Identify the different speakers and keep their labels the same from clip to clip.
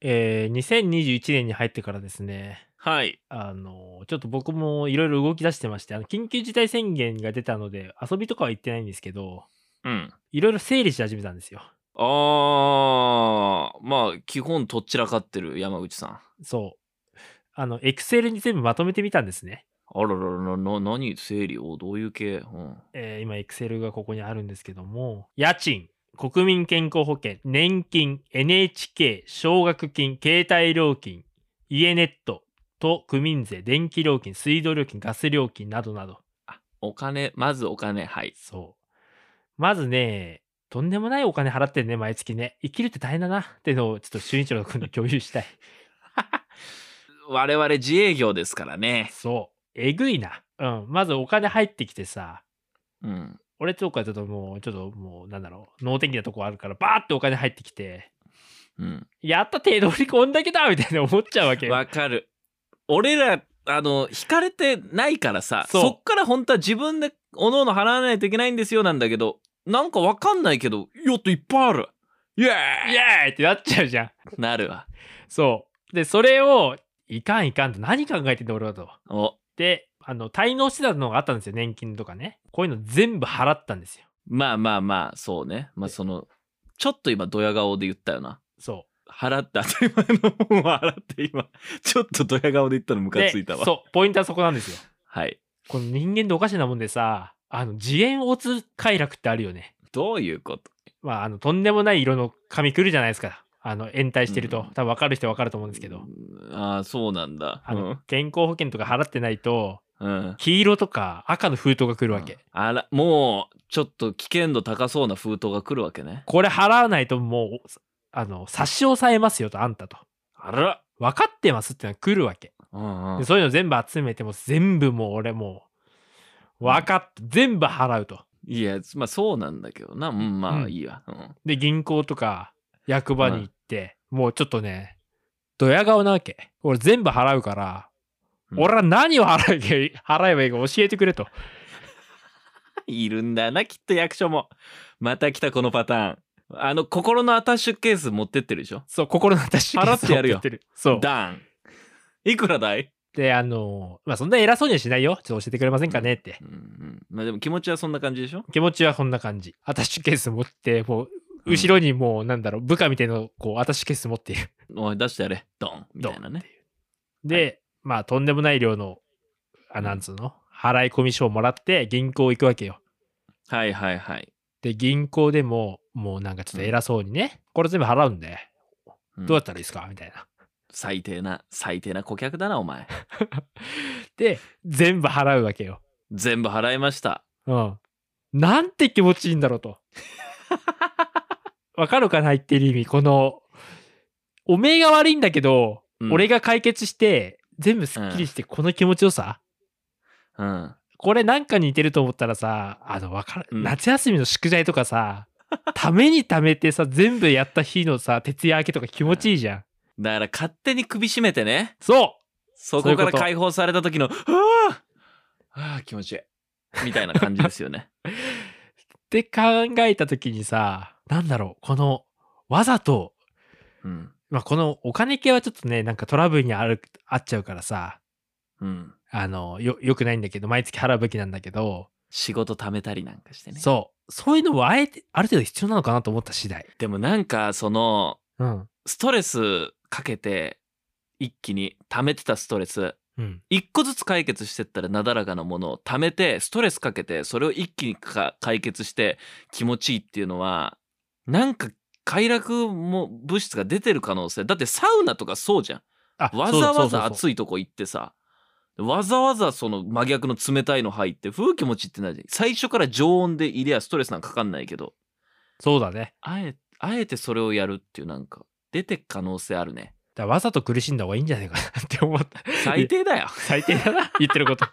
Speaker 1: えー、2021年に入ってからですね、
Speaker 2: はい。
Speaker 1: あの、ちょっと僕もいろいろ動き出してまして、あの、緊急事態宣言が出たので、遊びとかは行ってないんですけど、
Speaker 2: うん。
Speaker 1: いろいろ整理し始めたんですよ。
Speaker 2: あー、まあ、基本とっちらかってる山口さん。
Speaker 1: そう。あの、エクセルに全部まとめてみたんですね。
Speaker 2: あらららら、な、何整理をどういう系うん。
Speaker 1: えー今、エクセルがここにあるんですけども、家賃、国民健康保険、年金、NHK、奨学金、携帯料金、家ネットと区民税、電気料金、水道料金、ガス料金などなど。
Speaker 2: あ、お金、まずお金、はい。
Speaker 1: そう。まずね、とんでもないお金払ってるね、毎月ね。生きるって大変だなっていうのをちょっと俊一郎君と共有 したい。
Speaker 2: 我々自営業ですからね。
Speaker 1: そう。えぐいな。うん。まずお金入ってきてさ、
Speaker 2: うん。
Speaker 1: 俺とかちょっともう、ちょっともう、なんだろう、能天気なとこあるから、バーってお金入ってきて、
Speaker 2: うん。
Speaker 1: やった手取りこんだけだみたいな思っちゃうわけよ。
Speaker 2: わかる。俺ら、あの、引かれてないからさ、
Speaker 1: そう
Speaker 2: そっから本当は自分で、おのおの払わないといけないんですよなんだけど、なんかわかんないけど、よっといっぱいある。イエー
Speaker 1: イエーイってなっちゃうじゃん。
Speaker 2: イなるわ。
Speaker 1: そう。で、それを、いかんいかんと何考えてんだ俺はと。
Speaker 2: お、
Speaker 1: で、あの、滞納してたのがあったんですよ、年金とかね。こういうの全部払ったんですよ。
Speaker 2: まあまあまあ、そうね。まあその、ちょっと今、ドヤ顔で言ったよな。
Speaker 1: そう。
Speaker 2: 払って、当たり前のもんを払って今、 ちょっとドヤ顔で言ったのムカついた
Speaker 1: で
Speaker 2: わ。
Speaker 1: そう、ポイントはそこなんですよ。
Speaker 2: はい。
Speaker 1: この人間でおかしなもんでさ、あの、自演オツ快楽ってあるよね。
Speaker 2: どういうこと
Speaker 1: まあ、あの、とんでもない色の髪くるじゃないですか。あの、延滞してると、
Speaker 2: うん
Speaker 1: 多分分かる人は分かると思うんですけど、
Speaker 2: うんああ、そうなんだ。
Speaker 1: あの、健康保険とか払ってないと、
Speaker 2: うん。うん。
Speaker 1: 黄色とか赤の封筒が来るわけ。
Speaker 2: うんあらもうちょっと危険度高そうな封筒が来るわけね
Speaker 1: これ払わないともう、あの、差し押さえますよと、あんたと。
Speaker 2: あら
Speaker 1: 分かってますってのが来るわけ。
Speaker 2: うんう
Speaker 1: で
Speaker 2: ん
Speaker 1: そういうの全部集めても、全部もう俺もう、分かっ、全部払うと。
Speaker 2: いやまあそうなんだけどなうんま
Speaker 1: う
Speaker 2: あ
Speaker 1: ん
Speaker 2: いいわ、うん
Speaker 1: で、銀行とか役場に行って、もうちょっとね、ドヤ顔なわけ。俺全部払うから、
Speaker 2: うん
Speaker 1: 俺は何を払えばいい払えばいいか教えてくれと。
Speaker 2: いるんだなきっと役所もまた来たこのパターンあの心のアタッシュケース持ってってるでしょ
Speaker 1: そう、心の私
Speaker 2: 払ってやるよ
Speaker 1: そう。
Speaker 2: ダンいくらだい、
Speaker 1: で、あのー、まあ、そんな偉そうにはしないよ。ちょっと教えてくれませんかねって
Speaker 2: う。んうん、まあでも気持ちはそんな感じでしょ
Speaker 1: 気持ちはこんな感じ。アタッシュケース持って、もう、後ろにもう、なんだろう、部下みたいなのをこう、アタッシュケース持っている。
Speaker 2: おい出してやれドンみたいなね
Speaker 1: で、まあ、とんでもない量の、あ、なんつうの、払い込み書をもらって、銀行行くわけよ。
Speaker 2: はいはいはい、
Speaker 1: で、銀行でも、もうなんかちょっと偉そうにね、これ全部払うんで、
Speaker 2: うん
Speaker 1: どうやったらいいですかみたいな。
Speaker 2: 最低な最低な顧客だなお前
Speaker 1: で、全部払うわけよ。
Speaker 2: 全部払いました
Speaker 1: うん。なんて気持ちいいんだろう と。わかるかな言ってる意味。この、おめえが悪いんだけど、
Speaker 2: うん
Speaker 1: 俺が解決して、全部すっきりして、この気持ちよさ、
Speaker 2: うん
Speaker 1: これなんか似てると思ったらさ、あの、わかる、
Speaker 2: うん
Speaker 1: 夏休みの宿題とかさ、ためにためてさ、全部やった日のさ、徹夜明けとか気持ちいいじゃん。
Speaker 2: だから勝手に首絞めてね
Speaker 1: そう
Speaker 2: そ
Speaker 1: そ
Speaker 2: こ
Speaker 1: う
Speaker 2: か
Speaker 1: いう
Speaker 2: ら
Speaker 1: こと
Speaker 2: 解放された時の「ああああ気持ちいい」みたいな感じですよ ね
Speaker 1: って考えた時にさなんだろうこのわざと、
Speaker 2: うん
Speaker 1: まあ、このお金系はちょっとねなんかトラブルにあるあっちゃうからさ
Speaker 2: うん
Speaker 1: あのよよくないんだけど毎月払うべきなんだけど、
Speaker 2: 仕事貯めたりなんかしてね
Speaker 1: そうそういうのもあえてある程度必要なのかなと思った次第
Speaker 2: でもなんかその
Speaker 1: うん
Speaker 2: ストレスかけて一気に溜めてたストレス
Speaker 1: うん
Speaker 2: 一個ずつ解決してったらなだらかなものを溜めてストレスかけてそれを一気にか解決して気持ちいいっていうのはなんか快楽も物質が出てる可能性だってサウナとかそうじゃん
Speaker 1: あ
Speaker 2: わざわざ
Speaker 1: い
Speaker 2: 暑いとこ行ってさわざわざその真逆の冷たいの入って風気持ちってないじゃん最初から常温で入れやストレスなんかかかんないけど
Speaker 1: そうだね
Speaker 2: あえあえてそれをやるっていうなんか出てく可能性あるね
Speaker 1: だからわざと苦しんだ方がいいんじゃないかなって思 った
Speaker 2: 最低だよ
Speaker 1: 最低だな言ってること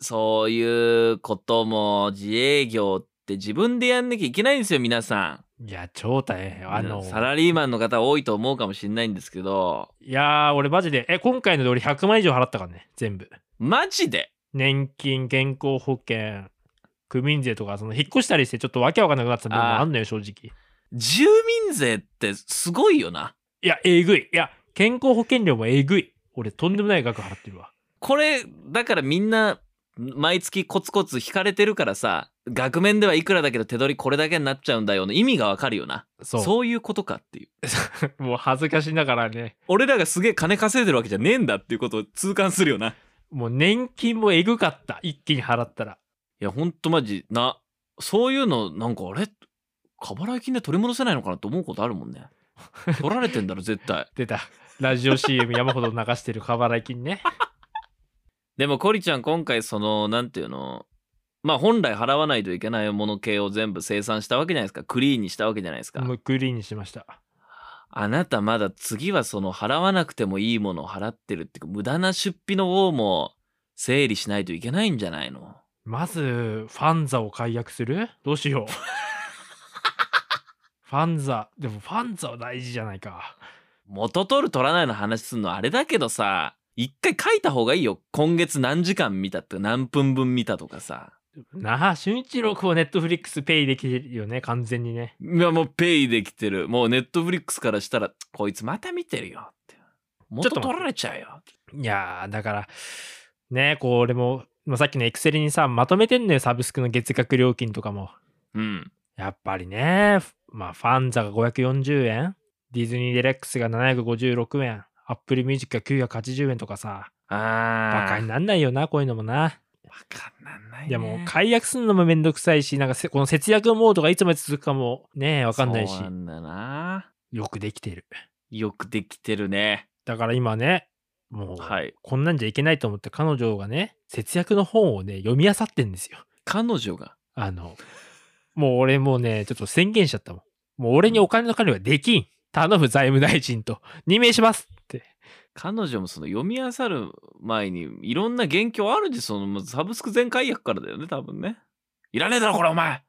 Speaker 2: そういうことも自営業って自分でやんなきゃいけないんですよ皆さ
Speaker 1: いや超大変
Speaker 2: ん
Speaker 1: よあの
Speaker 2: サラリーマンの方多いと思うかもしれないんですけど
Speaker 1: いやー俺マジでえ今回ので俺100万以上払ったからね全部
Speaker 2: マジで
Speaker 1: 年金健康保険区民税とかその引っ越したりしてちょっとわけわかんなくなってた部分も
Speaker 2: あー
Speaker 1: あんのよ正直
Speaker 2: 住民税ってすごいよな。
Speaker 1: いや、えぐい。いや、健康保険料もえぐい。俺、とんでもない額払ってるわ。
Speaker 2: これ、だからみんな、毎月コツコツ引かれてるからさ、額面ではいくらだけど手取りこれだけになっちゃうんだよの意味がわかるよな。
Speaker 1: そう。
Speaker 2: そういうことかっていう。
Speaker 1: もう恥ずかしながらね、
Speaker 2: 俺らがすげえ金稼いでるわけじゃねえんだっていうことを痛感するよな。い
Speaker 1: もう年金もえぐかった。一気に払ったら。
Speaker 2: や、ほんとマジな、そういうの、なんかあれ過払い金で取り戻せないのかなと思うことあるもんね。取られてんだろ、絶対。
Speaker 1: 出た。ラジオ CM 山ほど流してる過払い金ね。
Speaker 2: でもコリちゃん今回そのなんていうのまあ本来払わないといけないもの系を全部清算したわけじゃないですかクリーンにしたわけじゃないですか
Speaker 1: もうクリーンにしました。
Speaker 2: あなたまだ次はその払わなくてもいいものを払ってるっていうか無駄な出費の方も整理しないといけないんじゃないの
Speaker 1: まず、ファンザを解約するどうし よう。ファンザ。でもファンザは大事じゃないか。
Speaker 2: 元取る取らないの話すんのあれだけどさ一回書いた方がいいよ今月何時間見たとか何分分見たとかさ
Speaker 1: なあ、俊一郎君はネットフリックスペイできてるよね、完全にね。
Speaker 2: いやもうペイできてるもうネットフリックスからしたらこいつまた見てるよって
Speaker 1: っと待っ
Speaker 2: 元
Speaker 1: て
Speaker 2: 取られちゃうよ
Speaker 1: いやー、だから、ね、これも、まあさっきのエクセルにさ、まとめてんのよ、サブスクの月額料金とかも。
Speaker 2: うん
Speaker 1: やっぱりね、ふまあ、ファンザが540円、ディズニーデラックスが756円、アップルミュージックが980円とかさ、
Speaker 2: ああ。
Speaker 1: バカになんないよな、こういうのもな。
Speaker 2: バカになんない、ね。
Speaker 1: いや、もう解約するのもめんどくさいし、なんかせこの節約モードがいつまで続くかもね、わかんないし
Speaker 2: そう、なんだな。
Speaker 1: よくできてる。
Speaker 2: よくできてるね。
Speaker 1: だから今ね、もう、
Speaker 2: はい。
Speaker 1: こんなんじゃいけないと思って彼女がね、節約の本をね、読み漁ってんですよ。
Speaker 2: 彼女が。
Speaker 1: あの、もう俺もうね、ちょっと宣言しちゃったもん。もう俺にお金の管理はできん。頼む財務大臣と任命しますって。
Speaker 2: 彼女もその読み漁る前にいろんな言及あるじそのもうサブスク全解約からだよね多分ねいらねえだろこれお前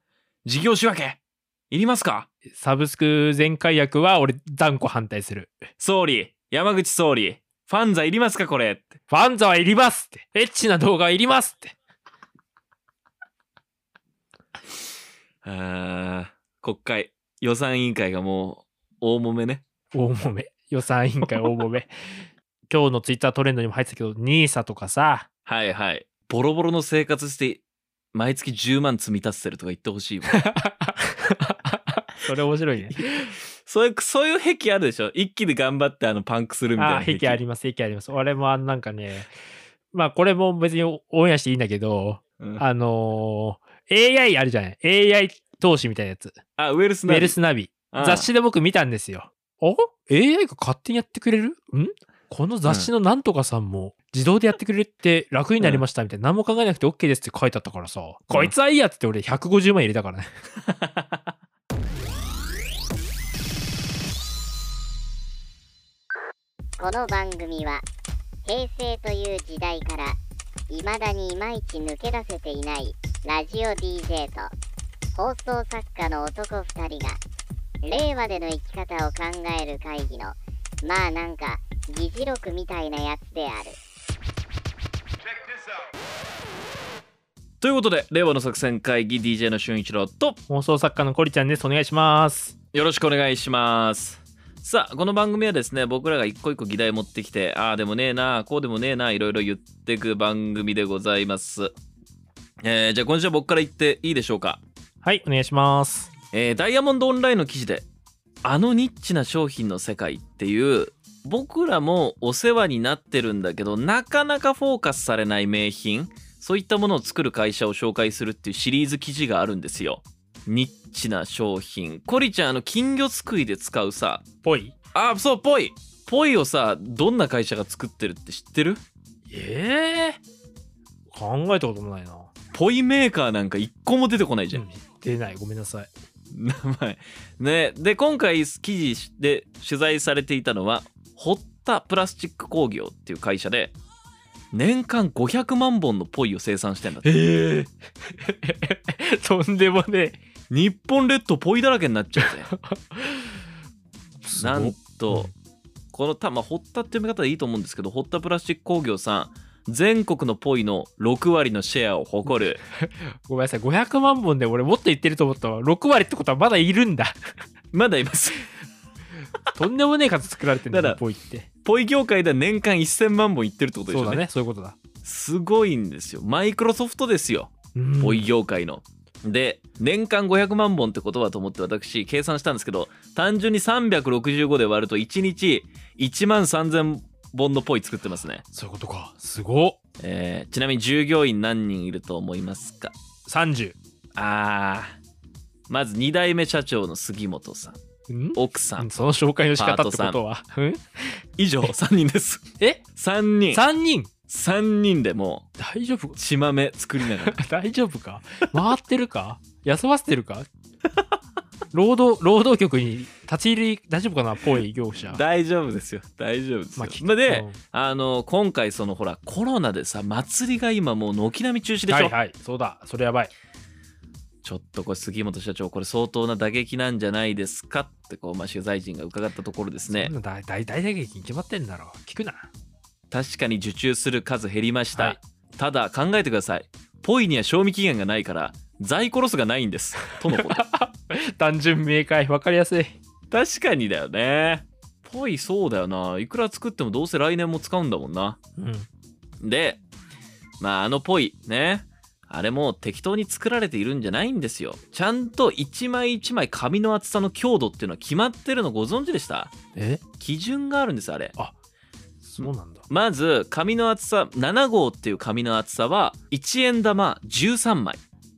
Speaker 2: 事業仕分けいりますか
Speaker 1: サブスク全解約は俺断固反対する。
Speaker 2: 総理山口総理ファンザいりますかこれって
Speaker 1: ファンザはいりますって。エッチな動画はいりますって。
Speaker 2: あー国会予算委員会がもう大揉めね
Speaker 1: 大揉め。予算委員会大揉め。今日のツイッタートレンドにも入ってたけど、ニーサとかさ、
Speaker 2: はいはい。ボロボロの生活して、毎月10万積み立ててるとか言ってほしいも ん。
Speaker 1: それ面白いね。
Speaker 2: そういう、そういう癖あるでしょ一気で頑張ってあのパンクするみたいな。
Speaker 1: あー、癖あります、癖あります。俺もあのなんかね、まあこれも別にオンエアしていいんだけど、
Speaker 2: うんあ
Speaker 1: あのー AI あるじゃない ?AI 投資みたいなやつ。
Speaker 2: ウェルス
Speaker 1: ウ
Speaker 2: ナビ
Speaker 1: ェルスナビ。
Speaker 2: うん
Speaker 1: 雑誌で僕見たんですよ。あ ?AI が勝手にやってくれるんこの雑誌のなんとかさんも自動でやってくれるって楽になりましたみたいな。何も考えなくて OK ですって書いてあったからさ。こいつはいいやっつって俺150万入れたからね。
Speaker 3: この番組は平成という時代から未だにいまいち抜け出せていないラジオ DJ と放送作家の男2人が令和での生き方を考える会議のまあなんか議事録みたいなやつである。
Speaker 2: ということで、令和の作戦会議 DJ の俊一郎と、
Speaker 1: 放送作家のコリちゃんです。お願いします。
Speaker 2: よろしくお願いします。さあ、この番組はですね、僕らが一個一個議題持ってきて、ああでもねえな、こうでもねえな、いろいろ言ってく番組でございます。えーじゃあ今週は僕から言っていいでしょうか
Speaker 1: はい、お願いします。
Speaker 2: えーダイヤモンドオンラインの記事で「あのニッチな商品の世界」っていう僕らもお世話になってるんだけどなかなかフォーカスされない名品そういったものを作る会社を紹介するっていうシリーズ記事があるんですよ。ニッチな商品コリちゃんあの金魚すくいで使うさ
Speaker 1: ぽい。
Speaker 2: あそうぽいぽいをさどんな会社が作ってるって知ってる
Speaker 1: ええ考えたこともないな。
Speaker 2: ポイメーカーなんか一個も出てこないじゃん
Speaker 1: うん出ない。ごめんなさい。
Speaker 2: 名前ねで今回記事で取材されていたのは堀田プラスチック工業っていう会社で年間500万本のポイを生産してんだって
Speaker 1: ええ とんでもね
Speaker 2: 日本列島ポイだらけになっちゃうぜ
Speaker 1: え。
Speaker 2: なん
Speaker 1: う
Speaker 2: と
Speaker 1: ん
Speaker 2: このたまあ堀田って読み方でいいと思うんですけど堀田プラスチック工業さん全国のポイの6割のシェアを誇 る
Speaker 1: ごめんなさい、500万本で俺もっと言ってると思ったわ。6割ってことはまだいるんだ。
Speaker 2: まだいます
Speaker 1: とんでもねえ数作られてんだ
Speaker 2: だ
Speaker 1: よ
Speaker 2: から
Speaker 1: ポイって
Speaker 2: ポイ業界では年間1000万本いってるってことでし
Speaker 1: そ
Speaker 2: ょ
Speaker 1: うだ
Speaker 2: うね
Speaker 1: ねそういうことだ
Speaker 2: すごいんですよマイクロソフトですよ
Speaker 1: うん
Speaker 2: ポイ業界の。で年間500万本ってことはと思って私計算したんですけど単純に365で割ると1日1万3000本のポイ作ってますね、
Speaker 1: そういうことかすごっ
Speaker 2: えーちなみに従業員何人いると思いますか
Speaker 1: 30
Speaker 2: あーまず2代目社長の杉本さん
Speaker 1: ん
Speaker 2: 奥さん
Speaker 1: その紹介の仕方
Speaker 2: パー
Speaker 1: っ
Speaker 2: ト
Speaker 1: て
Speaker 2: さん
Speaker 1: ことはうん
Speaker 2: 以 上3人です
Speaker 1: え
Speaker 2: 3人
Speaker 1: 3人
Speaker 2: 3人でも
Speaker 1: 大丈夫
Speaker 2: う血豆作りな がら
Speaker 1: 大丈夫か回ってるか 休ませてる か労働労働局に立ち入り大丈夫かなぽい業者
Speaker 2: 大丈夫ですよ大丈夫ですよ、
Speaker 1: き
Speaker 2: まあで、
Speaker 1: うん
Speaker 2: あの今回そのほらコロナでさ祭りが今もう軒並み中止でしょ、
Speaker 1: はいはいそうだそれやばい
Speaker 2: ちょっとこれ杉本社長これ相当な打撃なんじゃないですかってこう、まあ、取材陣が伺ったところですね
Speaker 1: そんな大大大打撃に決まってんだろ聞くな
Speaker 2: 確かに受注する数減りました、
Speaker 1: はい
Speaker 2: ただ考えてくださいポイには賞味期限がないから在庫ロスがないんですとの こと
Speaker 1: 単純明快分かりやすい
Speaker 2: 確かにだよねポイそうだよないくら作ってもどうせ来年も使うんだもんな
Speaker 1: うん
Speaker 2: でまああのポイねあれも適当に作られているんじゃないんですよちゃんと一枚一枚紙の厚さの強度っていうのは決まってるのご存知でした
Speaker 1: え
Speaker 2: 基準があるんですあれ
Speaker 1: そうなんだ
Speaker 2: まず紙の厚さ7号っていう紙の厚さは1円玉13枚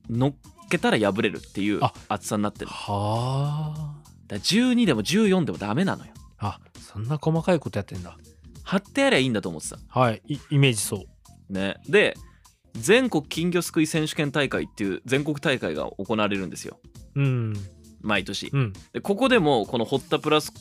Speaker 2: 乗っけたら破れるっていう
Speaker 1: あ
Speaker 2: 厚さになってるだか
Speaker 1: は
Speaker 2: ら12でも14でもダメなのよ
Speaker 1: ああそんな細かいことやってんだ
Speaker 2: 貼ってやりゃいいんだと思ってた
Speaker 1: はいいイメージそう
Speaker 2: ねで全国金魚すくい選手権大会っていう全国大会が行われるんですよ
Speaker 1: うん
Speaker 2: 毎年
Speaker 1: うん
Speaker 2: でここでもこの堀田プラス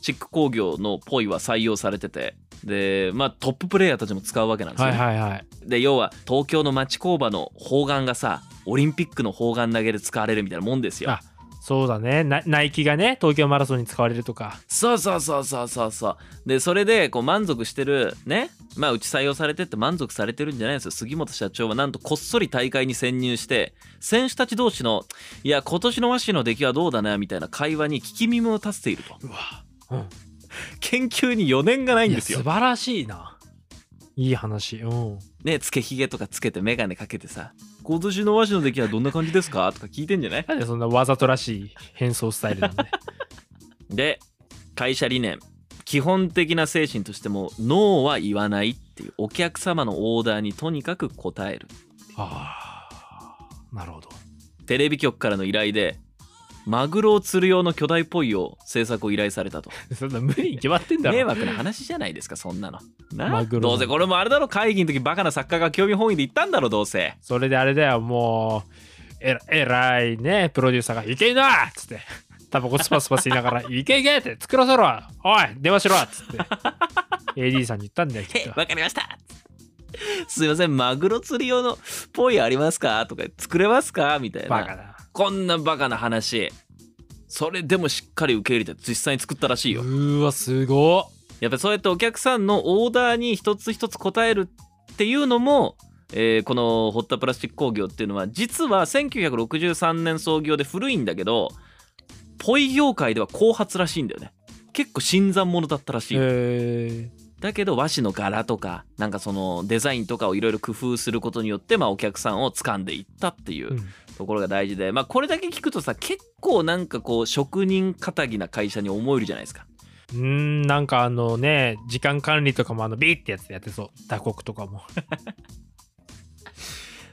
Speaker 2: チック工業のポイは採用されててでまあトッププレイヤーたちも使うわけなんですよ
Speaker 1: は
Speaker 2: ね、
Speaker 1: いはいはい
Speaker 2: で要は東京の町工場の砲丸がさオリンピックの砲丸投げで使われるみたいなもんですよ
Speaker 1: あそうだねなナイキがね東京マラソンに使われるとか
Speaker 2: そうそうそうそうそうそうでそれでこう満足してるねまあうち採用されてって満足されてるんじゃないんですよ杉本社長はなんとこっそり大会に潜入して選手たち同士のいや今年の和紙の出来はどうだなみたいな会話に聞き耳を立てていると
Speaker 1: うわうん
Speaker 2: 研究に余念がないんですよ
Speaker 1: いや素晴らしいないい話うん
Speaker 2: ねつけひげとかつけて眼鏡かけてさ今年の和紙の出来はどんな感じですかとか 聞いてんじゃない
Speaker 1: なんでそんなわざとらしい変装スタイルなんで
Speaker 2: で会社理念基本的な精神としてもノーは言わないっていうお客様のオーダーにとにかく応える
Speaker 1: あ あなるほど
Speaker 2: テレビ局からの依頼でマグロを釣る用の巨大ポイを制作を依頼され たと
Speaker 1: そんな無理に決まってんだ
Speaker 2: 迷
Speaker 1: ろ
Speaker 2: 惑な話じゃないですかそんなのな
Speaker 1: マグロ
Speaker 2: どうせこれもあれだろ会議の時バカな作家が興味本位で言ったんだろどうせ
Speaker 1: それであれだよもうえらえらいねプロデューサーが「いけいな!」っつってタバコスパスパス言いながら「いけいけ!」って作らせろおい電話しろっつって AD さんに言った んだよきっ
Speaker 2: へ
Speaker 1: と
Speaker 2: わかりましたすいませんマグロ釣り用のポイありますかとか作れますかみたいな
Speaker 1: バカだ
Speaker 2: こんなバカな話それでもしっかり受け入れて実際に作ったらしいよ
Speaker 1: うーわすごっ
Speaker 2: やっぱりそうやってお客さんのオーダーに一つ一つ応えるっていうのも、えーこのホッタプラスチック工業っていうのは実は1963年創業で古いんだけどポイ業界では後発らしいんだよね結構新参者だったらしい、
Speaker 1: え
Speaker 2: だけど和紙の柄とかなんかそのデザインとかをいろいろ工夫することによって、まあ、お客さんを掴んでいったっていう
Speaker 1: ーうん
Speaker 2: ところが大事で、まあ、これだけ聞くとさ結構なんかこう職人かたぎな会社に思えるじゃないですか
Speaker 1: うーんなんかあのね時間管理とかもあのビーってやつでやってそう打刻とかも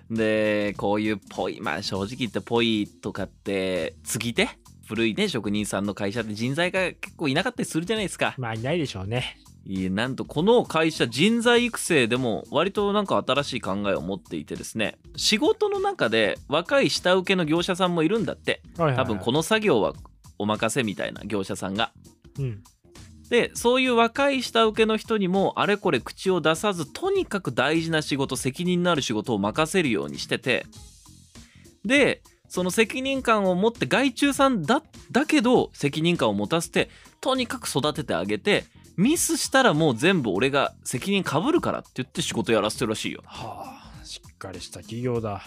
Speaker 2: でこういうぽいまあ正直言ってぽいとかって継ぎ手古いね職人さんの会社って人材が結構いなかったりするじゃないですか
Speaker 1: まあいないでしょうね
Speaker 2: いえなんとこの会社人材育成でも割となんか新しい考えを持っていてですね仕事の中で若い下請けの業者さんもいるんだって多分こ
Speaker 1: の、
Speaker 2: の作業はお任せみたいな業者さんが
Speaker 1: うん、
Speaker 2: でそういう若い下請けの人にもあれこれ口を出さずとにかく大事な仕事責任のある仕事を任せるようにしててでその責任感を持って外注さんだだけど責任感を持たせてとにかく育ててあげてミスしたらもう全部俺が責任かぶるからって言って仕事やらせてるらしいよ
Speaker 1: はあしっかりした企業だ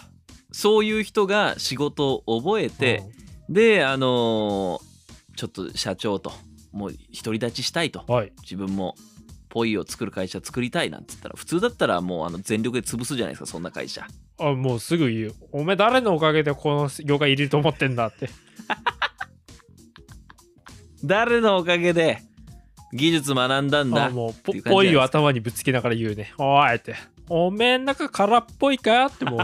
Speaker 2: そういう人が仕事を覚えて、
Speaker 1: うん
Speaker 2: であのーちょっと社長ともう独り立ちしたいと
Speaker 1: はい。
Speaker 2: 自分もポイを作る会社作りたいなんつったら普通だったらもうあの全力で潰すじゃないですかそんな会社
Speaker 1: あ、もうすぐ言う。お前誰のおかげでこの業界入れると思ってんだって。
Speaker 2: 誰のおかげで技術学んだん
Speaker 1: あ
Speaker 2: だ
Speaker 1: もう
Speaker 2: て
Speaker 1: ぽ
Speaker 2: いう感じじゃないですか
Speaker 1: ぽいを頭にぶつけながら言うね。おいって。おめえん中空っぽいかってもう。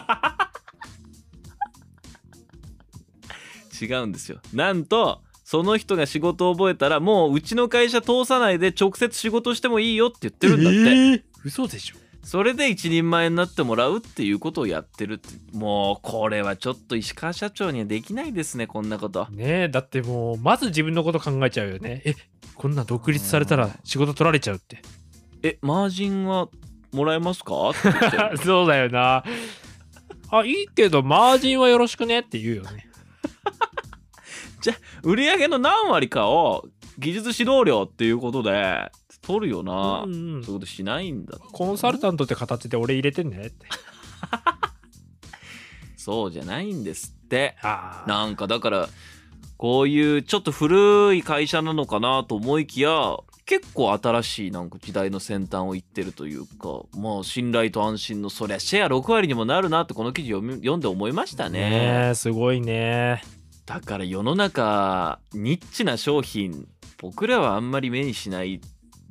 Speaker 2: 違うんですよなんとその人が仕事を覚えたらもううちの会社通さないで直接仕事してもいいよって言ってるん だって、
Speaker 1: えー嘘でしょ。
Speaker 2: それで一人前になってもらうっていうことをやってるってもうこれはちょっと石川社長にはできないですねこんなこと
Speaker 1: ねえ、だってもう、まず自分のこと考えちゃうよね。え、こんな独立されたら仕事取られちゃうって。
Speaker 2: えマージンはもらえますか って言ってる
Speaker 1: そうだよな。あ、いいけど、マージンはよろしくねって言うよね。
Speaker 2: 売り上げの何割かを技術指導料っていうことで取るよな、
Speaker 1: うんうん
Speaker 2: そういうことしないんだ
Speaker 1: コンサルタントって形で俺入れてんね って。
Speaker 2: そうじゃないんですって
Speaker 1: ああ。
Speaker 2: なんかだからこういうちょっと古い会社なのかなと思いきや結構新しいなんか時代の先端を行ってるというかまあ信頼と安心のそりゃシェア6割にもなるなってこの記事読み読んで思いましたね
Speaker 1: ねえ、すごいね。
Speaker 2: だから世の中ニッチな商品僕らはあんまり目にしない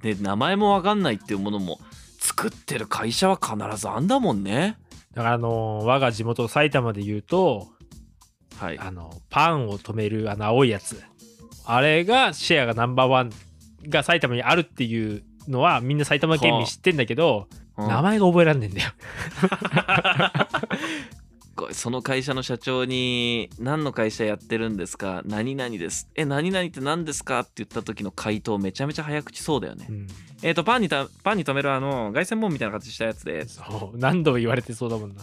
Speaker 2: で名前もわかんないっていうものも作ってる会社は必ずあんだもんね
Speaker 1: だから、あの我が地元埼玉で言うと、
Speaker 2: はい
Speaker 1: あの、パンを止める、あの、青いやつ。あれが、シェアがナンバーワンが埼玉にあるっていうのは、みんな埼玉県民知ってんだけど、
Speaker 2: うん
Speaker 1: 名前が覚えらんねえんだよ。
Speaker 2: こうその会社の社長に「何の会社やってるんですか何々です」「え何々って何ですか?」って言った時の回答めちゃめちゃ早口そうだよね。
Speaker 1: うん
Speaker 2: えっ、とパンにたパンに止めるあの凱旋門みたいな形したやつで
Speaker 1: そう、何度も言われてそうだもんな。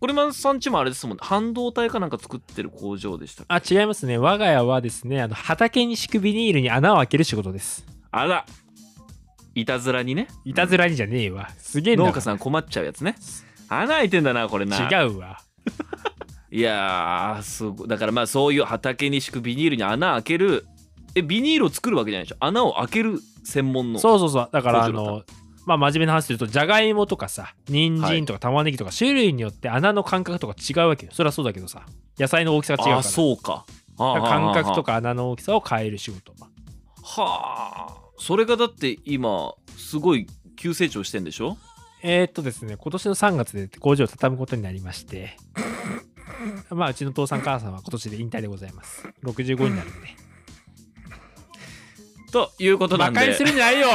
Speaker 2: これまさんちもあれですもんね半導体かなんか作ってる工場でしたっけ
Speaker 1: あ、違いますね。我が家はですね、あの、畑に敷くビニールに穴を開ける仕事です。
Speaker 2: あらいたずらにね
Speaker 1: いたずらにじゃねえわ。すげえな。
Speaker 2: 農家さん困っちゃうやつね穴開いてんだなこれな
Speaker 1: 違うわ。
Speaker 2: いやーすごいだからまあそういう畑に敷くビニールに穴開けるえビニールを作るわけじゃないでしょ穴を開ける専門の
Speaker 1: そうそうそう。だから、あ
Speaker 2: 工場だ
Speaker 1: の、まあ、真面目な話すると、じゃがいもとかさ、人参とか玉ねぎとか、種類によって穴の間隔とか違うわけよ。そりゃそうだけどさ、野菜の大きさが違うから。
Speaker 2: あそうかあ
Speaker 1: だから間隔と
Speaker 2: か
Speaker 1: か穴の大きさを変える仕事。
Speaker 2: はあそれがだって今すごい急成長してんでしょ
Speaker 1: えー、っとですね、今年の3月で工場を畳むことになりまして、 まあ、うちの父さん、母さんは今年で引退でございます。65になるんで。
Speaker 2: ということな
Speaker 1: 馬
Speaker 2: ん
Speaker 1: 鹿
Speaker 2: で
Speaker 1: にするんじゃないよ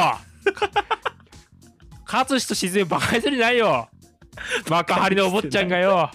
Speaker 1: 勝つ人静江馬鹿にするんじゃないよ幕張のお坊ちゃんが よ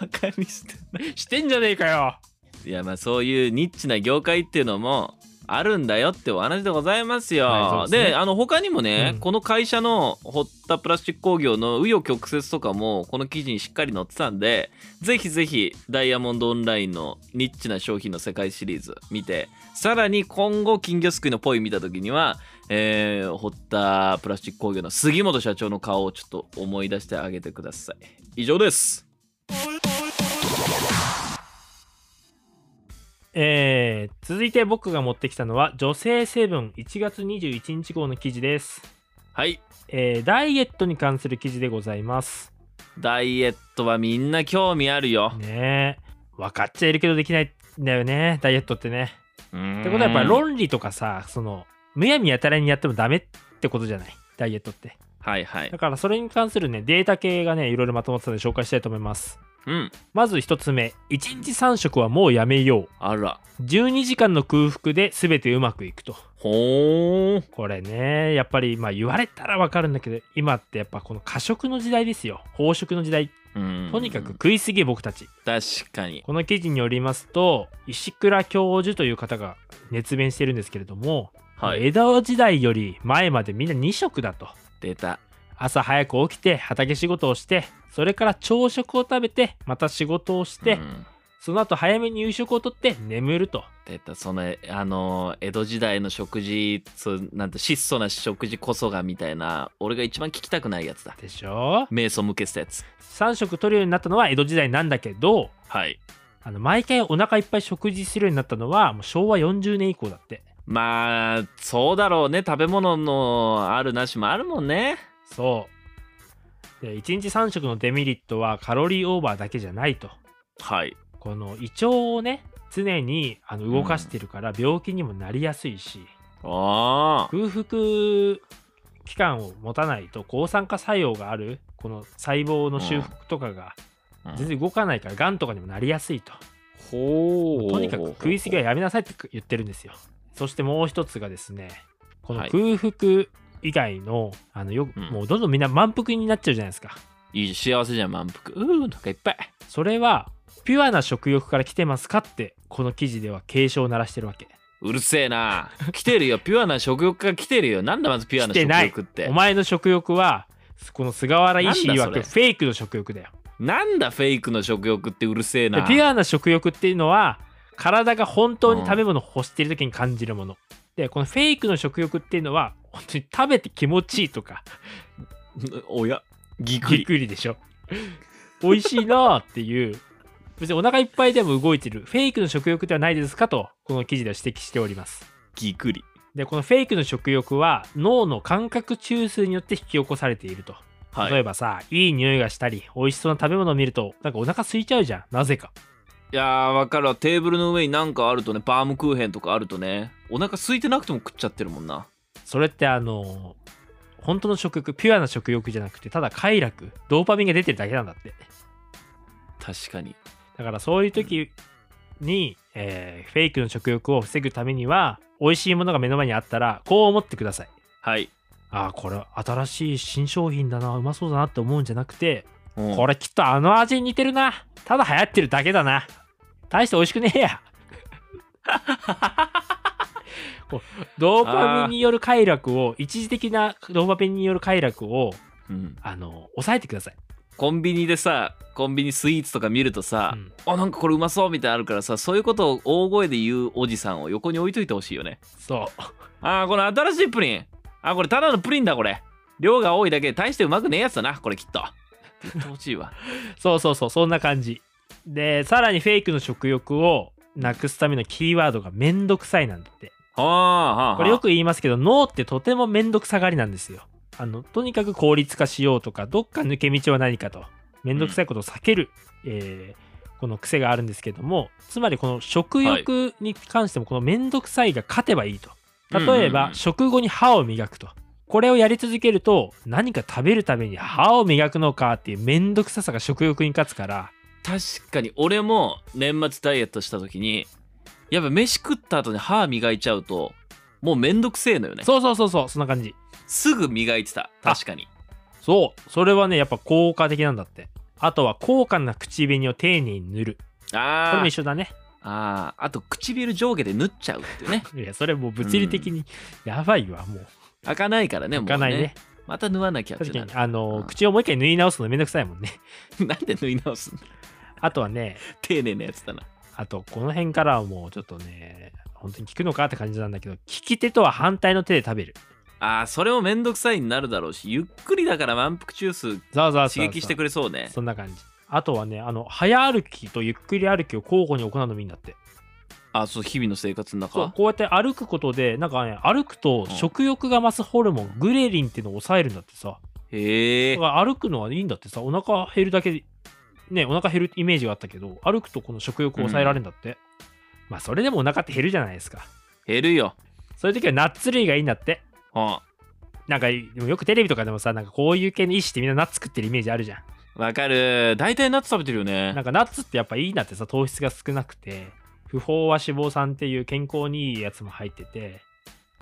Speaker 2: バカにしてな
Speaker 1: してんじゃねえかよ
Speaker 2: いいやまあそういうニッチな業界っていうのもあるんだよってお話でございますよ、
Speaker 1: はいそう
Speaker 2: で
Speaker 1: ですね
Speaker 2: あの他にもね、
Speaker 1: うん
Speaker 2: この会社の堀田プラスチック工業の紆余曲折とかもこの記事にしっかり載ってたんでぜひぜひダイヤモンドオンラインのニッチな商品の世界シリーズ見てさらに今後金魚すくいのポイ見た時には、えー、堀田プラスチック工業の杉本社長の顔をちょっと思い出してあげてください以上です
Speaker 1: えー、続いて僕が持ってきたのは「女性セブン1月21日号の記事です、
Speaker 2: はい
Speaker 1: えーダイエットに関する記事でございます
Speaker 2: ダイエットはみんな興味あるよ、
Speaker 1: ねえ分かっちゃいるけどできないんだよねダイエットってね
Speaker 2: っ
Speaker 1: ってことはやっぱり論理とかさそのむやみやたらにやってもダメってことじゃないダイエットって
Speaker 2: はいはい
Speaker 1: だ。からそれに関するねデータ系がねいろいろまとまってたので紹介したいと思います
Speaker 2: うん。
Speaker 1: まず1つ目1日3食はもうやめよう
Speaker 2: あら。
Speaker 1: 12時間の空腹で全てうまくいくと
Speaker 2: ほー。
Speaker 1: これねやっぱりまあ言われたらわかるんだけど今ってやっぱこの過食の時代ですよ飽食の時代
Speaker 2: うん
Speaker 1: とにかく。食いすぎ僕たち
Speaker 2: 確かに。
Speaker 1: この記事によりますと石倉教授という方が熱弁してるんですけれども、
Speaker 2: はい。
Speaker 1: 江戸時代より前までみんな2食だと
Speaker 2: 出た。
Speaker 1: 朝早く起きて畑仕事をしてそれから朝食を食べてまた仕事をして、
Speaker 2: うん
Speaker 1: その後早めに夕食をとって眠ると
Speaker 2: 出た。その、あの、江戸時代の食事、そうなんて質素な食事こそがみたいな、俺が一番聞きたくないやつだ。
Speaker 1: でしょ
Speaker 2: 瞑想向けしたやつ。
Speaker 1: 3食取るようになったのは江戸時代なんだけど
Speaker 2: はい。
Speaker 1: あの毎回お腹いっぱい食事するようになったのはもう昭和40年以降だって
Speaker 2: まあそうだろうね食べ物のあるなしもあるもんね
Speaker 1: そうで1日3食のデメリットはカロリーオーバーだけじゃないと
Speaker 2: はい
Speaker 1: この胃腸をね常にあの動かしてるから病気にもなりやすいし、
Speaker 2: ああ
Speaker 1: 空腹期間を持たないと抗酸化作用があるこの細胞の修復とかが全然動かないからがんとかにもなりやすいと、
Speaker 2: ほう
Speaker 1: とにかく食い過ぎはやめなさいって言ってるんですよそしてもう一つがですねこの空腹以外のあのよく
Speaker 2: うん
Speaker 1: もうどんどんみんな満腹になっちゃうじゃないですか
Speaker 2: いい幸せじゃん満腹うーなんかいっぱい
Speaker 1: それはピュアな食欲から来てますかってこの記事では警鐘を鳴らしてるわけ
Speaker 2: うるせえな来てるよピュアな食欲が来てるよなんだまずピュアな
Speaker 1: 来て
Speaker 2: 食
Speaker 1: ない
Speaker 2: 欲って
Speaker 1: お前の食欲はこの菅原医師
Speaker 2: なんだ
Speaker 1: 曰
Speaker 2: そ
Speaker 1: く
Speaker 2: れ
Speaker 1: フェイクの食欲だよ
Speaker 2: なんだフェイクの食欲ってうるせえ
Speaker 1: で
Speaker 2: な
Speaker 1: ピュアな食欲っていうのは体が本当に食べ物を欲している時に感じるもの、でこのフェイクの食欲っていうのは本当に食べて気持ちいいとか
Speaker 2: おやぎっく
Speaker 1: びっ
Speaker 2: り
Speaker 1: くりでしょ美味しいなーっていう別にお腹いっぱいでも動いてるフェイクの食欲ではないですかとこの記事では指摘しております
Speaker 2: ぎっくり
Speaker 1: でこのフェイクの食欲は脳の感覚中枢によって引き起こされていると
Speaker 2: はい
Speaker 1: 例えばさいい匂いがしたり美味しそうな食べ物を見るとなんかお腹空いちゃうじゃんなぜか
Speaker 2: いやーわかるわテーブルの上になんかあるとねバームクーヘンとかあるとねお腹空いてなくても食っちゃってるもんな
Speaker 1: それってあの本当の食欲ピュアな食欲じゃなくてただ快楽ドーパミンが出てるだけなんだって
Speaker 2: 確かに
Speaker 1: だからそういう時に、えーフェイクの食欲を防ぐためには美味しいものが目の前にあったらこう思ってください
Speaker 2: はい
Speaker 1: あーこれ新しい新商品だなうまそうだなって思うんじゃなくて
Speaker 2: うん
Speaker 1: これきっとあの味に似てるなただ流行ってるだけだな大して美味しくねえ やこうドーパミンによる快楽を一時的なドーパミンによる快楽を
Speaker 2: うん
Speaker 1: あの抑えてください、
Speaker 2: コンビニでさコンビニスイーツとか見るとさ、
Speaker 1: うん
Speaker 2: あなんかこれうまそうみたいなのあるからさそういうことを大声で言うおじさんを横に置いといてほしいよね
Speaker 1: そう
Speaker 2: あーこの新しいプリンあーこれただのプリンだこれ量が多いだけで大してうまくねえやつだなこれきっと言ってほしいわ
Speaker 1: そうそうそうそんな感じでさらにフェイクの食欲をなくすためのキーワードがめんどくさいなんだって
Speaker 2: はあはあはあ
Speaker 1: これよく言いますけど脳ってとてもめんどくさがりなんですよあのとにかく効率化しようとかどっか抜け道は何かとめんどくさいことを避ける、えーこの癖があるんですけどもつまりこの食欲に関してもこのめんどくさいが勝てばいいと例え
Speaker 2: うんうんう
Speaker 1: ば
Speaker 2: ん
Speaker 1: 食後に歯を磨くとこれをやり続けると何か食べるために歯を磨くのかっていうめんどくささが食欲に勝つから
Speaker 2: 確かに俺も年末ダイエットした時にやっぱ飯食った後に歯磨いちゃうともうめんどくせえのよね
Speaker 1: そうそうそうそうそんな感じ
Speaker 2: すぐ磨いてた確かに
Speaker 1: そうそれはねやっぱ効果的なんだってあとは高価な口紅を丁寧に塗るこれ
Speaker 2: あ
Speaker 1: も
Speaker 2: ー
Speaker 1: 一緒だね
Speaker 2: あーあと唇上下で縫っちゃうっていう ね
Speaker 1: いやそれもう物理的にやばいわもう
Speaker 2: 開かないからねもう
Speaker 1: いかないね
Speaker 2: また縫わなきゃって
Speaker 1: 確か
Speaker 2: な
Speaker 1: に
Speaker 2: る
Speaker 1: あの
Speaker 2: うん
Speaker 1: 口をもう一回縫い直すのめんどくさいもんね
Speaker 2: なんで縫い直すの
Speaker 1: あとはね
Speaker 2: 丁寧なやつだな
Speaker 1: あとこの辺からはもうちょっとね本当に効くのかって感じなんだけど利き手とは反対の手で食べる
Speaker 2: あーそれもめんどくさいになるだろうしゆっくりだから満腹中枢
Speaker 1: ざわざわ
Speaker 2: 刺激してく
Speaker 1: れ
Speaker 2: れそうね
Speaker 1: そんな感じあとはねあの早歩きとゆっくり歩きを交互に行うのもいいんだって
Speaker 2: あそう日々の生活の
Speaker 1: そう
Speaker 2: 中
Speaker 1: こうやって歩くことでなんかね歩くと
Speaker 2: うん
Speaker 1: 食欲が増すホルモングレリンっていうのを抑えるんだってさ
Speaker 2: へえ
Speaker 1: だから歩くのはいいんだってさお腹減るだけでねお腹減るイメージがあったけど歩くとこの食欲を抑えられるんだって、まあそれでもお腹って減るじゃないですか
Speaker 2: 減るよ
Speaker 1: そういう時はナッツ類がいいんだって
Speaker 2: うん
Speaker 1: なんかでもよくテレビとかでもさなんかこういう系の医師ってみんなナッツ食ってるイメージあるじゃん
Speaker 2: わかる大体ナッツ食べてるよね
Speaker 1: なんかナッツってやっぱいいんだってさ糖質が少なくて不飽和脂肪酸っていう健康にいいやつも入ってて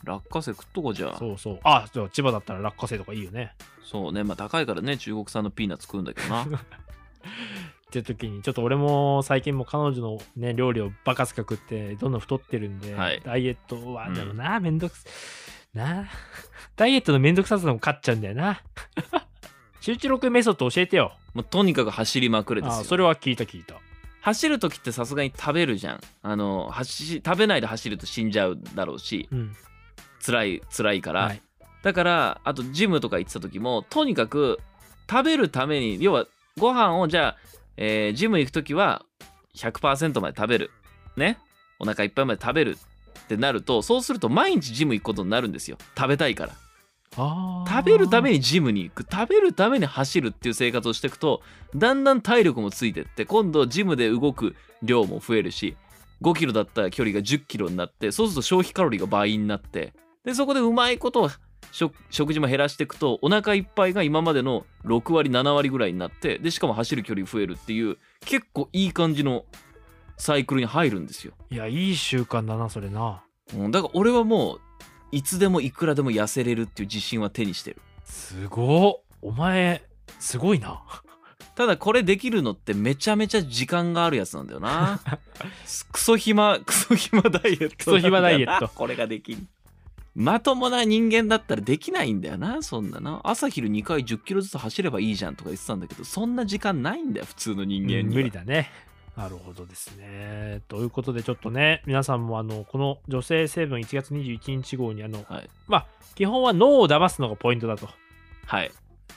Speaker 2: 落花生食っとこうじゃんそう
Speaker 1: そうそうあそう千葉だったら落花生とかいいよね
Speaker 2: ねまあ高いからね中国産のピーナッツ食うんだけど な
Speaker 1: って時にちょっと俺も最近も彼女のね料理をバカすか食ってどんどん太ってるんで、
Speaker 2: はい
Speaker 1: ダイエットは
Speaker 2: うん
Speaker 1: でもな、めんどくさなあダイエットのめんどくささも勝っちゃうんだよ な集中力メソッド教えてよ
Speaker 2: もうとにかく走りまくるです
Speaker 1: あ
Speaker 2: よ
Speaker 1: それは聞いた聞いた
Speaker 2: 走る時ってさすがに食べるじゃんあの走食べないで走ると死んじゃうだろうし
Speaker 1: うん
Speaker 2: 辛い辛いから、
Speaker 1: はい
Speaker 2: だからあとジムとか行ってた時もとにかく食べるために要はご飯をじゃあ、えージム行く時は100%まで食べるねお腹いっぱいまで食べるってなるとそうすると毎日ジム行くことになるんですよ食べたいから
Speaker 1: あー
Speaker 2: 食べるためにジムに行く食べるために走るっていう生活をしていくとだんだん体力もついてって今度ジムで動く量も増えるし5キロだった距離が1 0キロになってそうすると消費カロリーが倍になってでそこでうまいこと食食事も減らしていくとお腹いっぱいが今までの6割7割ぐらいになってでしかも走る距離増えるっていう結構いい感じのサイクルに入るんですよ。
Speaker 1: いやいい習慣だなそれな
Speaker 2: うんだから俺はもういつでもいくらでも痩せれるっていう自信は手にしてる。
Speaker 1: すごっお前すごいな
Speaker 2: ただこれできるのってめちゃめちゃ時間があるやつなんだ よなすクソ暇クソ暇ダイエットク
Speaker 1: ソ暇ダイエット
Speaker 2: これができるまともな人間だったらできないんだよなそんなな朝昼2回1 0キロずつ走ればいいじゃんとか言ってたんだけどそんな時間ないんだよ普通の人間には、
Speaker 1: うん無理だねなるほどですねということでちょっとね皆さんもあのこの「女性成分1月21日号にあの、
Speaker 2: はい
Speaker 1: まあ基本は脳を騙すのがポイントだと
Speaker 2: はい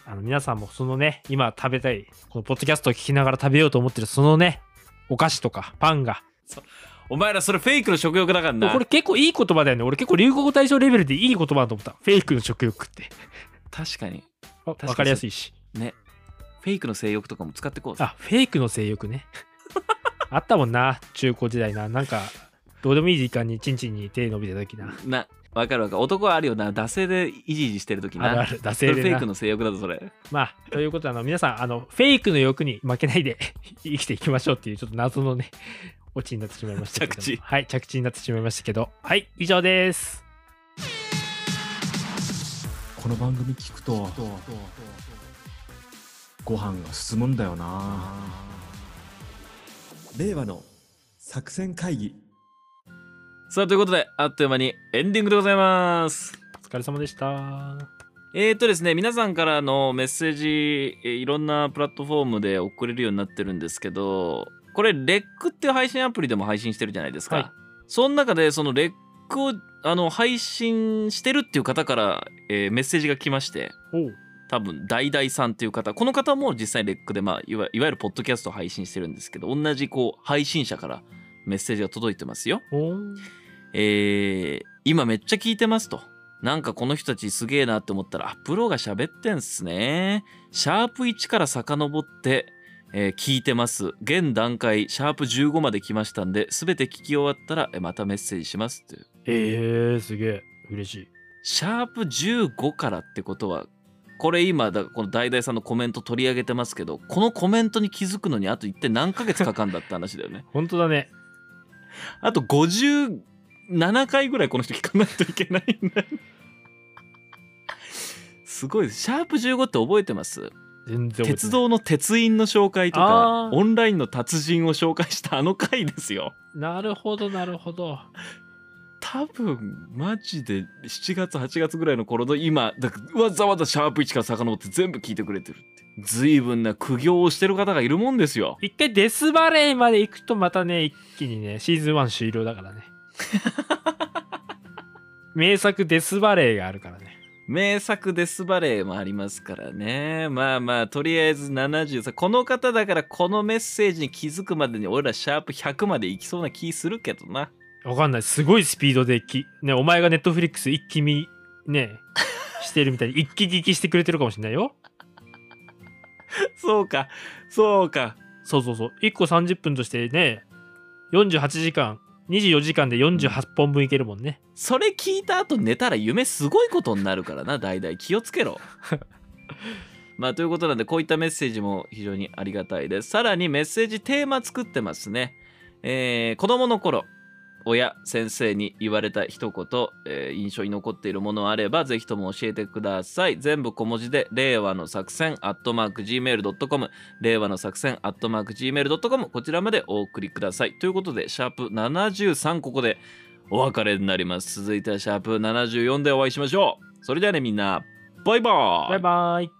Speaker 1: あの皆さんもそのね今食べたいこのポッドキャストを聞きながら食べようと思ってるそのねお菓子とかパンが
Speaker 2: お前らそれフェイクの食欲だからな
Speaker 1: これ結構いい言葉だよね俺結構流行語大賞レベルでいい言葉だと思ったフェイクの食欲って
Speaker 2: 確かに
Speaker 1: わ
Speaker 2: かに
Speaker 1: かりやすいし
Speaker 2: フェイクの性欲とかも使ってこうぜ
Speaker 1: あフェイクの性欲ねあったもんな中高時代ななんかどうでもいい時間にチンチンに手伸びた時な
Speaker 2: なわかるわかる男はあるよな惰性でイジイジしてる時な
Speaker 1: あるある惰
Speaker 2: それ
Speaker 1: 性
Speaker 2: フ
Speaker 1: で
Speaker 2: ェイ
Speaker 1: な
Speaker 2: クの性欲だぞそれ
Speaker 1: まあということであの皆さんあのフェイクの欲に負けないで 生きていきましょうっていうちょっと謎のねオチになってしまいましたけども
Speaker 2: 着地
Speaker 1: はい着地になってしまいましたけどはい以上です
Speaker 4: この番組聞くとご飯が進むんだよな令和の作戦会議
Speaker 2: さあということであっという間にエンディングでございます
Speaker 1: お疲れ様でした
Speaker 2: えーとですね皆さんからのメッセージえーいろんなプラットフォームで送れるようになってるんですけどこれレックっていう配信アプリでも配信してるじゃないですか、
Speaker 1: はい
Speaker 2: その中でそのレックをあの配信してるっていう方から、えーメッセージが来まして
Speaker 1: おう
Speaker 2: 多分ダイダイさんっていう方この方も実際レックで、まあ、いわいわゆるポッドキャストを配信してるんですけど同じこう配信者からメッセージが届いてますよ
Speaker 1: おう
Speaker 2: えー今めっちゃ聞いてますと。なんかこの人たちすげえなって思ったら、あ、プロが喋ってんすね。シャープ1から遡って、えー聞いてます。現段階、シャープ15まで来ましたんで、すべて聞き終わったら、えーまたメッセージしますっていう。
Speaker 1: えー、すげえ嬉しい
Speaker 2: シャープ15からってことは、これ今、だこのダイダイさんのコメント取り上げてますけど、このコメントに気づくのにあと一体何ヶ月かかんだって話だよね。
Speaker 1: 本当だね
Speaker 2: あと57回ぐらいこの人聞かないといけないんだ。すごいです。シャープ15って覚えてます
Speaker 1: 全然覚えてない
Speaker 2: 鉄道の鉄印の紹介とか
Speaker 1: あー
Speaker 2: オンラインの達人を紹介したあの回ですよ。
Speaker 1: なるほどなるほど
Speaker 2: 多分マジで7月8月ぐらいの頃の今だからわざわざシャープ1から遡って全部聞いてくれてるって随分な苦行をしてる方がいるもんですよ。
Speaker 1: 一回デスバレーまで行くとまたね一気にねシーズン1終了だ からね名作デスバレーがあるからね
Speaker 2: 名作デスバレーもありますからねまあまあとりあえず70さこの方だからこのメッセージに気づくまでに俺らシャープ100までいきそうな気するけどな
Speaker 1: わかんないすごいスピードでき、ね、お前がネットフリックス一気見ね してるみたいに一気聞きしてくれてるかもしれないよ
Speaker 2: そうかそうか
Speaker 1: そうそうそう1個30分としてね48時間24時間で48本分いけるもんね、
Speaker 2: それ聞いた後寝たら夢すごいことになるからな大々気をつけろまあということなんでこういったメッセージも非常にありがたいですさらにメッセージテーマ作ってますねえー子供の頃親先生に言われた一言、えー印象に残っているものあればぜひとも教えてください全部小文字で令和の作戦 gmail.com 令和の作戦 gmail.com こちらまでお送りくださいということでシャープ73ここでお別れになります続いてはシャープ74でお会いしましょうそれではねみんなバイバーイ
Speaker 1: バイバイ